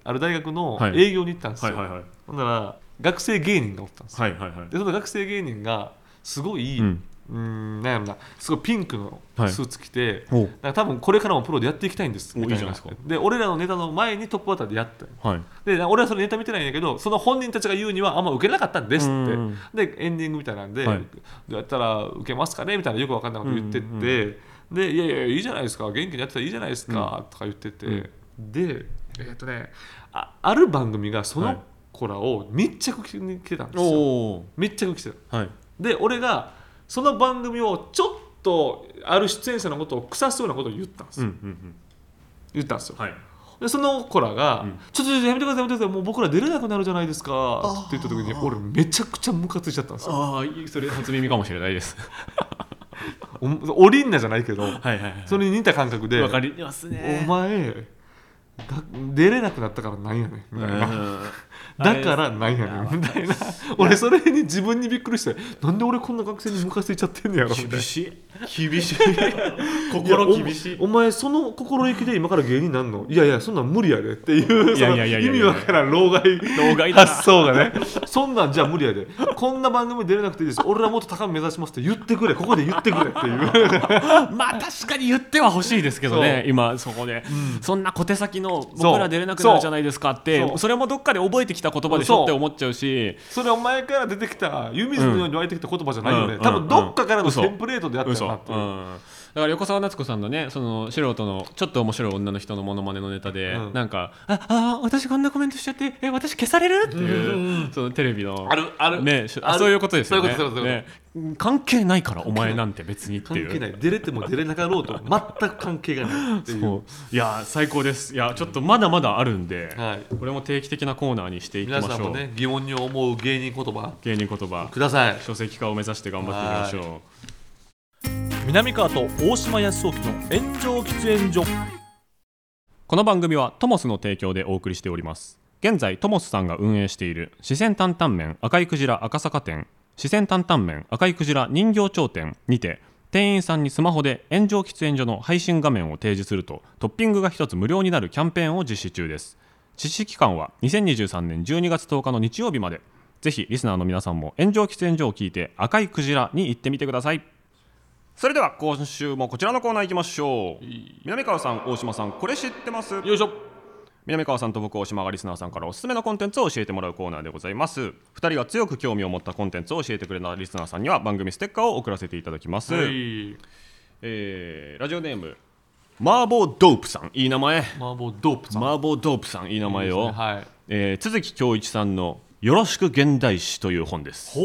ある大学の
はい
営業に行ったんです
は
よ、
いはいはい
ほんなら学生芸人がおったんですよ、
はいはいはい
でその学生芸人がすごい、
う
うんーんなんやろなすごいピンクの
はい
スーツ着て、
お
だから多分これからもプロでやっていきたいんです
お
みた
いいじゃないですか
で俺らのネタの前にトップバッターでやったよ
はい
で俺はそのネタ見てないんだけどその本人たちが言うにはあんま受けれなかったんです
う
っ
ん
てでエンディングみたいなんで、
はい
どうやったら受けますかねみたいなよく分かんないこと言ってって、
うんうん
でいやいやいいじゃないですか元気にやってたらいいじゃないですか、とか言ってて、でえっ、とねあある番組がそ
はい
の子らを密着着に来てたんですよ、
おお
密着着てた
はい
で俺がその番組をちょっとある出演者のことを腐すようなことを言ったんです
う
よ、
んうん
言ったんですよ、
うんはい
でその子らが、
うん
ちょっとちょっとやめてくださいやめてくださいもう僕ら出れなくなるじゃないですかって言った時に俺めちゃくちゃムカついちゃったんですよ
ああそれ初耳かもしれないです
おおりんなじゃないけど
はいはいはい
それに似た感覚で
わかります
お
ね
前が出れなくなったからなんやねんみたいなだからなんやねんみたいな俺それに自分にびっくりしてなんで俺こんな学生にムカついちゃってんねやろみたいな
厳しい厳 しい
いやおお前その心意気で今から芸人なんのいやいやそんなん無理やでっていう
い
い
やいやいやいや
意味わからん老害
老害だな
発想がねそんなんじゃ無理やでこんな番組出れなくていいです俺らもっと高み目指しますって言ってくれここで言ってくれっていう
まあ確かに言っては欲しいですけどね
そ
今そこで、そんな小手先の
そ
僕
う
ら出れなくなるじゃないですかって
そう
そ
そう
れもどっかで覚えてきた言葉でし
そ
ょ
う
って思っちゃうし
それお前から出てきた湯水のように湧いてきた言葉じゃないよね、
うん
多分どっかからの
嘘
テンプレートでやったよ
嘘、
な
う
っていう、
ん、から横澤夏子さんのねその素人のちょっと面白い女の人のモノマネのネタで、
うん
なんか「ああー私こんなコメントしちゃってえ私消される?」っていう、
うんうん
そのテレビの
あるある
ねし
あ
あ
る
そういうことですよね
そういうことそういうこ
ね関係ないからお前なんて別にってい
関
う
係ない出れても出れなかろうと全く関係がないっていう
そういや最高ですいやちょっとまだまだあるんで、
はい
これも定期的なコーナーにしていきま
皆
し
さ
ょ
ん
う、
もね疑問に思う芸人言葉
芸人言葉
ください
書籍化を目指して頑張っていきましょう
南川と大島康雄の炎上喫煙所
この番組はトモスの提供でお送りしております現在トモスさんが運営している四川担々麺赤いクジラ赤坂店四川担々麺赤いクジラ人形町店にて店員さんにスマホで炎上喫煙所の配信画面を提示するとトッピングが1つ無料になるキャンペーンを実施中です実施期間は2023年12月10日の日曜日までぜひリスナーの皆さんも炎上喫煙所を聞いて赤いクジラに行ってみてくださいそれでは今週もこちらのコーナー行きましょう南川さん大島さんこれ知ってます
よいしょ
南川さんと僕大島がリスナーさんからおすすめのコンテンツを教えてもらうコーナーでございます2人が強く興味を持ったコンテンツを教えてくれたリスナーさんには番組ステッカーを送らせていただきます、
はい
えーラジオネーム麻婆ドープさんいい名前
麻婆ドープさん
麻婆ドープさんいい名前を
はい
えー都築恭一さんの「よろしく現代史」という本です
ほ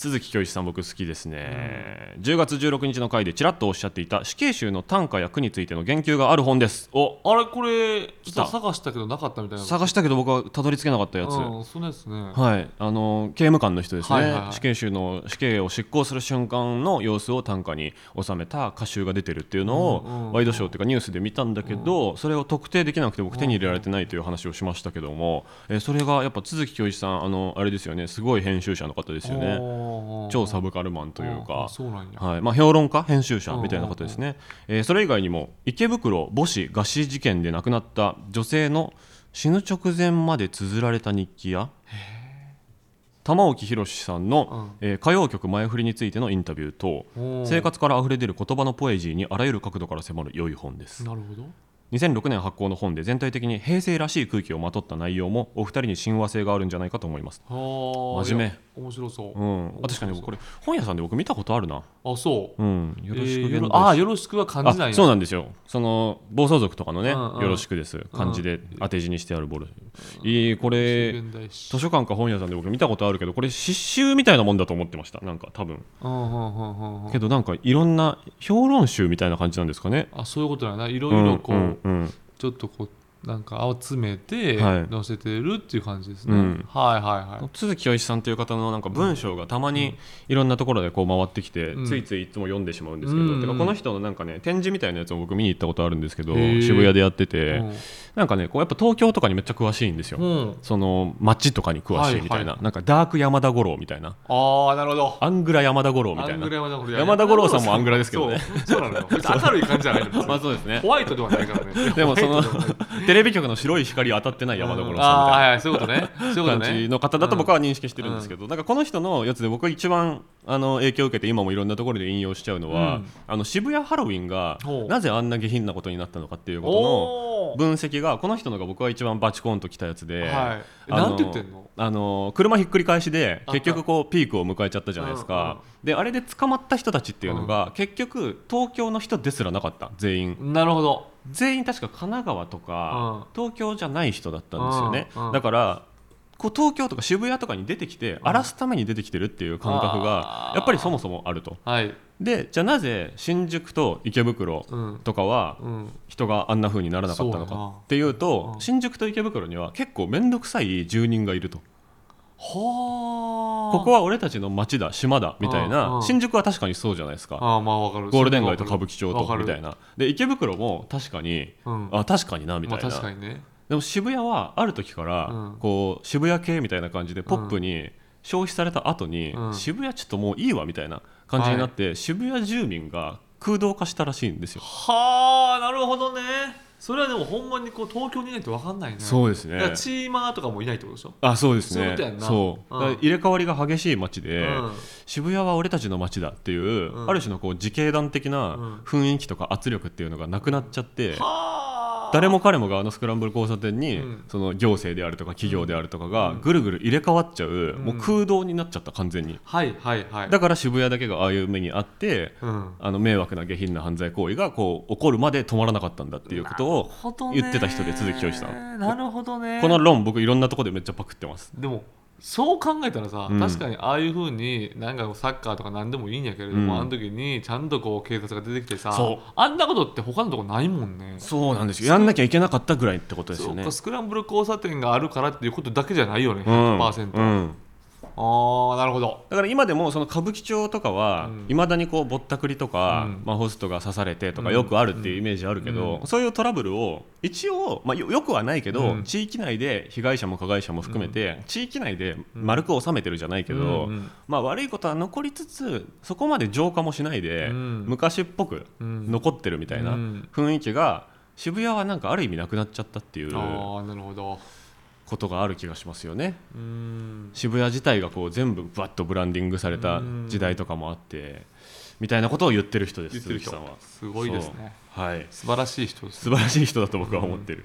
都築教一さん僕好きですね、10月16日の回でちらっとおっしゃっていた死刑囚の短歌や句についての言及がある本ですお
うあれこれちょ
た
っと探したけどなかったみたいな
探したけど僕はたどり着けなかったやつ、
うんそのやつね
はい、あの刑務官の人ですね、
はいはいはい
死刑囚の死刑を執行する瞬間の様子を短歌に収めた歌集が出てるっていうのを、
うんうんうん
ワイドショーというかニュースで見たんだけど、それを特定できなくて僕手に入れられてないという話をしましたけども、えーそれがやっぱ都築教一さんあのあれですよねすごい編集者の方ですよね
ね
超サブカルマンという
あ
か。
そうなんや
はいまあ、評論家編集者みたいな方ですね、えーそれ以外にも池袋母子餓死事件で亡くなった女性の死ぬ直前まで綴られた日記や玉置宏さんの、えー歌謡曲「前振り」についてのインタビュー等
おー
生活からあふれ出る言葉のポエジーにあらゆる角度から迫る良い本です
なるほど
2006年発行の本で全体的に平成らしい空気をまとった内容もお二人に親和性があるんじゃないかと思います、
はあ
真面目、
いや面白そううん
あ確かにこれ本屋さんで僕見たことあるな、
あそう
うん、よろしく
えーよ
現代
ろああよろしくは感
あ
じない
そう
う
なんですよその暴走族とかのね、
うんうん
よろしくです漢字で当て字にしてあるボール、いいこれ
現代史
図書館か本屋さんで僕見たことあるけどこれ詩集みたいなもんだと思ってましたなんか多分
うんうんうんうんうん
けどなんかいろんな評論集みたいな感じなんですかね
あそういうことなんやないろ
い
いろこう、
んうん
ちょっとこうなんか集めて
は
載
い
せてるっていう感じですね、
うん
はいはいはい
鈴木清さんという方のなんか文章がたまにいろんなところでこう回ってきて、
うん
ついついいつも読んでしまうんですけど、
うんうん
てかこの人のなんかね展示みたいなやつも僕見に行ったことあるんですけど
へー
渋谷でやってて、なんかねこうやっぱ東京とかにめっちゃ詳しいんですよ、
うん、うん
その街とかに詳しいみたいな、
はいは
なんかダーク山田五郎みたいな
ああなるほど
アングラ山田五郎みた
ア
い
ン
な
グラ山田五郎
山田五郎さんもアングラですけどね
そうそうなのよ 別に明るい感じじゃないの
まあそうですね
ホワイトではないからね
でもその
ホワイトではない
テレビ局の白い光当たってない山田五郎さんみ
あ
た
あ
い
はいはいそういうことねそうい
な
うこと
感じ
ね
の方だと僕は認識してるんですけど、なんかこの人のやつで僕が一番あの影響を受けて今もいろんなところで引用しちゃうのは、
うん
あの渋谷ハロウィンが
ほう
なぜあんな下品なことになったのかっていうことの
おー
分析がこの人のが僕は一番バチコーンときたやつで、
はいえ
あの
なんて言ってんの
あの車ひっくり返しで
あった
結局こうピークを迎えちゃったじゃないですか、であれで捕まった人たちっていうのが、結局東京の人ですらなかった全員
なるほど
全員確か神奈川とか、東京じゃない人だったんですよね、
うんうん
だからこう東京とか渋谷とかに出てきて荒らすために出てきてるっていう感覚が
あー
やっぱりそもそもあると
はい
でじゃあなぜ新宿と池袋
うん
とかは
うん
人があんな風にならなかったの
そうやな
かっていうと
うん
新宿と池袋には結構面倒くさい住人がいると
はあ
ここは俺たちの町だ島だみたい
うんう
な、
ん
新宿は確かにそうじゃないですか
ああまあわかる
ゴールデン街と歌舞伎町
わか
と
る
みたいなで池袋も確かに
うん
あ確かになみ
ま
た
あ
い
確か
な
にね
でも渋谷はある時から
うん
こう渋谷系みたいな感じでポップに消費された後に
うん
渋谷ちょっともういいわみたいな感じになって渋谷住民が空洞化したらしいんですよ
はあなるほどねそれはでもほんまにこう東京にいないと分かんないね
そうです
だ
ね
からチーマーとかもいないってことでしょ、
あそうです
そういう
ね
ことやんな
そう
うん
だから入れ替わりが激しい街で、
うん
渋谷は俺たちの街だっていう、
うん
ある種のこう自警団的な雰囲気とか圧力っていうのがなくなっちゃって、
は
誰も彼もがあのスクランブル交差点に、
うん
その行政であるとか企業であるとかがぐるぐる入れ替わっちゃう、もう空洞になっちゃった完全に
はいはいはい
だから渋谷だけがああいう目にあって、
うん
あの迷惑な下品な犯罪行為がこう起こるまで止まらなかったんだっていうことを言ってた人で鈴木教授さん
なるほどね
この論僕いろんなとこでめっちゃパクってます
でもそう考えたらさ、
うん
確かにああいうふうになんかサッカーとか何でもいいんやけれども、
うん
あの時にちゃんとこう警察が出てきてさ
そう
あんなことって他のとこないもんね
そうなんですよやんなきゃいけなかったぐらいってことです
そ
よ
う
ね
かスクランブル交差点があるからっていうことだけじゃないよね、
うん
100%、
うん
ああなるほど
だから今でもその歌舞伎町とかは
うん
いまだにこうぼったくりとか、
うん
まあ、ホストが刺されてと
う
か
ん
よくあるっていうイメージあるけど、
うん
そういうトラブルを一応、まあ、よよくはないけど、
うん
地域内で被害者も加害者も含めて、地域内で丸く収めてるじゃないけど、
うんうん
まあ、悪いことは残りつつそこまで浄化もしないで、
うん
昔っぽく
うん
残ってるみたいな
うん
雰囲気が渋谷はなんかある意味なくなっちゃったっていう
ああなるほど
ことがある気がしますよね。
うん
渋谷自体がこう全部バッとブランディングされた時代とかもあってみたいなことを言ってる人です
言ってる人
鈴木さんは
すごいですね
そうはい
素晴らしい人です
素晴らしい人だと僕は思ってる、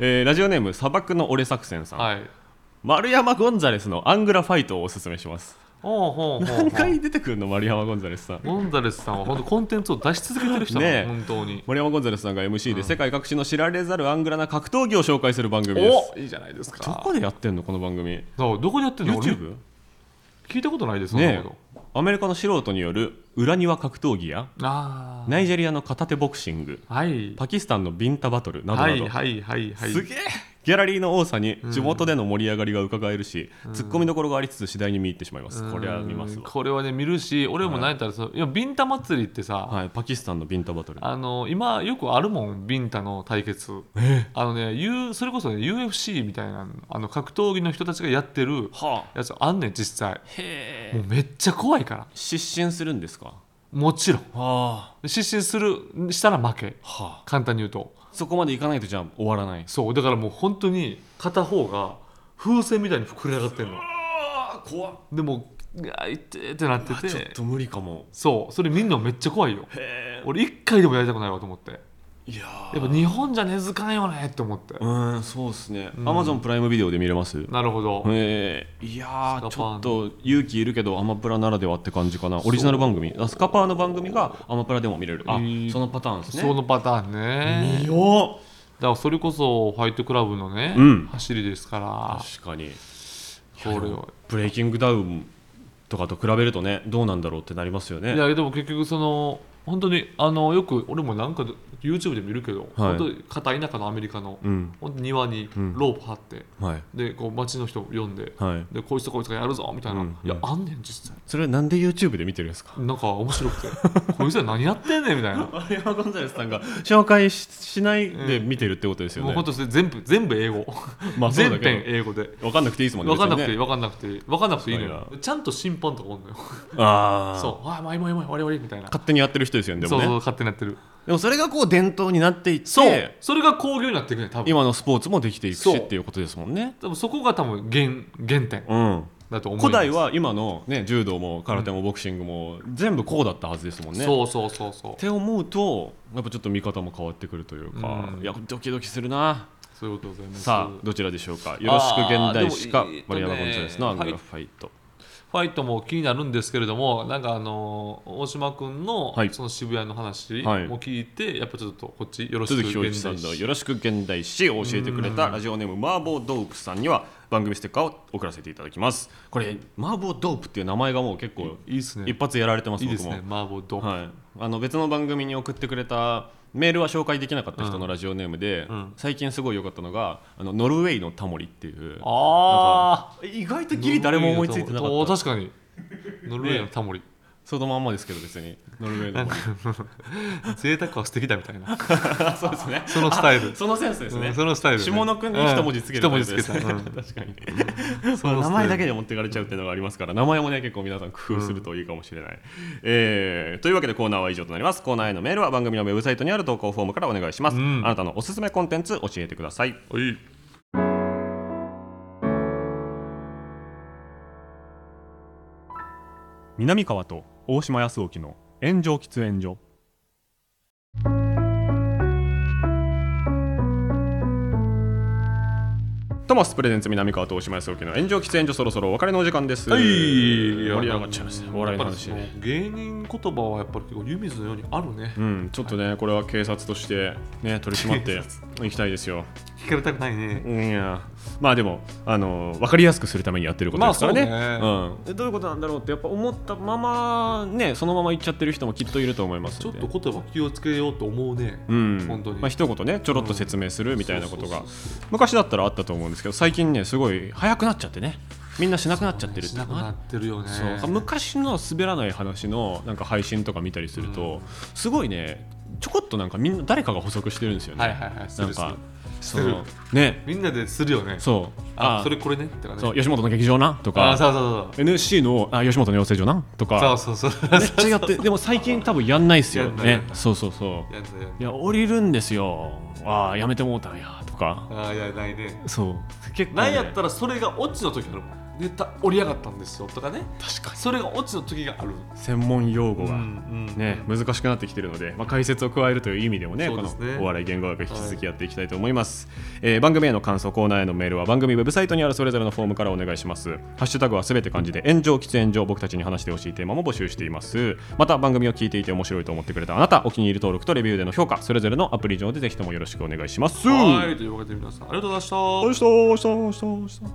えーラジオネーム砂漠の俺作戦さん、
はい
丸山ゴンザレスのアングラファイトをおすすめします
おうほうほうほう
何回出てくるの丸山ゴンザレスさん
ゴンザレスさんは本当コンテンツを出し続けてる人
ね
だ
え
本当に
丸山ゴンザレスさんが MC で世界各地の知られざるアングラな格闘技を紹介する番組です
おいいじゃないですか
どこでやってんのこの番組
そうどこでやってるの俺
YouTube?
聞いたことないです
ね
そんなこ
えアメリカの素人による裏庭格闘技や
とああ
ナイジェリアの片手ボクシング
はい
パキスタンのビンタバトルなど
は
など、
いはいはいはい
すげえギャラリーの多さに地元での盛り上がりが伺えるし、ツッコミどころがありつつ次第に見入ってしまいます、
うん
これは見ますわ、
これはね見るし俺もなんやったらそういやビンタ祭りってさ、
はい、パキスタンのビンタバトル
あの今よくあるもんビンタの対決あのね U それこそ、ね、UFC みたいなのあの格闘技の人たちがやってる
はあ
やつあんねん実際
へ
もうめっちゃ怖いから
失神するんですか
もちろん
は
失神するしたら負け
あ、は
簡単に言うと
あ、そこまでいかないとじゃあ終わらない
そうだからもう本当に片方が風船みたいに膨れ上がってるの
ああ怖っ
でもううわ「いって」ってなって
ちょってと無理かも
そうそれ見るのめっちゃ怖いよ
へ
俺一回でもやりたくないわと思って
えいや
やっぱ日本じゃ根付かんよねって思って
うーんそうですね
ん
アマゾンプライムビデオで見れます
なるほど、
えー、いやー
ス
ち
カパー
ょ
の
っと勇気いるけどアマプラならではって感じかなオリジナル番組あスカパーの番組がアマプラでも見れるあ、
えー
そのパターンですね
そのパターンね
見よ
だからそれこそファイトクラブのね、
うん
走りですから
確かに
これは
ブレイキングダウンとかと比べるとねどうなんだろうってなりますよね
いやでも結局その本当にあのよく俺もなんか YouTube で見るけど、本当に片田舎のアメリカの、
うん
ほんと庭に
うん
ロープ張って、
はい
でこう街の人呼んで、
はい
でこいつとこいつがやるぞみたいな、
うん
いや
うん
あんねん実際
それなんで YouTube で見てるんですか
なんか面白くて こいつら何やってんねん みたいな、
丸山ゴンザレスさんが紹介ししないで見てるってことですよ
もう
ね、
本当それ全部全部英語、
まあそうだ
全
けど
編英語で
分かんなくていいですもんね
分かんなくてい
別
い
にね
分かんなくていい分かんなくていいの
す
よ
ご
ちゃんと審判とかおんのよ
ああ
そうああまあ今今今我々みたいな
勝手にやってる人ですよねでも
そう
ね
そう勝手になってる
でもそれがこう伝統になっていって
そうそれが興行になっていくね多分
今のスポーツもできていく
そう
しっていうことですもんね。
多分そこが多分原原点
うん、
だと思います
古代は今の、ね、柔道も空手もボクシングも全部こうだったはずですもんね。っ
そうそうそうそう
て思うとやっぱちょっと見方も変わってくるというか、
うん
いやドキドキするな
そういうことでございます
さあどちらでしょうかよろしく現代史
あ
か
ーでも
丸山ゴンザレスの
え
ア
っ
ン
とね
グラファイト、
ファイトも気になるんですけれどもなんかあのー大島君の
はい
その渋谷の話
はい
も聞いてやっぱちょっとこっちよろしく
鈴木恭一さんの「よろしく現代史」を教えてくれたラジオネーム麻婆豆腐さんには番組ステッカーを送らせていただきますこれ麻婆豆腐っていう名前がもう結構
いいですね
一発やられてます
いいです
僕も
ね麻婆豆腐、
はい、あの別の番組に送ってくれたメールは紹介できなかった人のラジオネームで、
ん
最近すごい良かったのがあのノルウェーのタモリっていう
ああ
意外とギリ誰も思いついてなかった
確かにノルウェーのタモリ、
そのまんまですけど別にノルウェーのタモ
贅沢は素敵だみたいな
リそうですね
そのスタイル
あそのセンスですね、
うんそのスタイルね
下の句に一文字つける
うん
タイプですね
一文字つけ
確かに
そのスタイル
名前だけで持ってかれちゃうっていうのがありますから名前もね結構皆さん工夫するといいかもしれない、えーというわけでコーナーは以上となりますコーナーへのメールは番組のウェブサイトにある投稿フォームからお願いします、
うん
あなたのおすすめコンテンツ教えてください
はい
南川と大島康沖の炎上喫煙所トマスプレゼンツ南川と大島康之の炎上喫煙所そろそろお別れのお時間です。
はい
盛り上がっちゃいました。お笑いの話
やっぱ
ね
り。その芸人言葉はやっぱり結構湯水のようにあるね
うん、ちょっとね、これは警察として、ね、取り締まって
警
いきたいですよ。
聞かれたくないね
いやまあでもあの分かりやすくするためにやってることですからね,、
まあ
うんで、どういうことなんだろうってやっぱ思ったままねそのまま言っちゃってる人もきっといると思います
ちょ
ん
っ
で
と言葉気をつけようと思うね
うん
本当に
まあ、一言ねちょろっと説明するみたいなこと
う
が
んそう
昔だったらあったと思うんですけど最近ねすごい早くなっちゃってねみんなしなくなっちゃってるっ
して
いう
な
の
く
が
なってるよね
そう昔の滑らない話のなんか配信とか見たりすると、すごいねちょこっとなんかみんな誰かが補足してるんですよね。
はいはいはいす
なん
るする
か
す
そ
る
のね
みんなでするよね
そう
あそれこれねってかね
そう吉本の劇場なと
あ
か
そうそう
NSC のあ吉本の養成所なと
そ
か
うそうそうそう
めっちゃやってでも最近多分やんないですよ
やんないや
ね
んない
そうそうそう
やだや
いや降りるんですよああやめてもうたんやとか
だあいやないね
そう結構、ね、
なんやったらそれがオチの時あるもんネタ折り上がったんですよとかね
確かに
それがオチの時がある
専門用語が、
うんうん
ね、難しくなってきてるので、まあ、解説を加えるという意味でもね
そう
こ
ですね
のお笑い言語学引き続きやっていきたいと思います、えー番組への感想コーナーへのメールは番組ウェブサイトにあるそれぞれのフォームからお願いしますハッシュタグはすべて漢字で炎上喫煙所僕たちに話してほしいテーマも募集していますまた番組を聞いていて面白いと思ってくれたあなたお気に入り登録とレビューでの評価それぞれのアプリ上でぜひともよろしくお願いします
はいというわけで皆さんありがとうございました
おいしそうおいしそうおいしそうおいしそう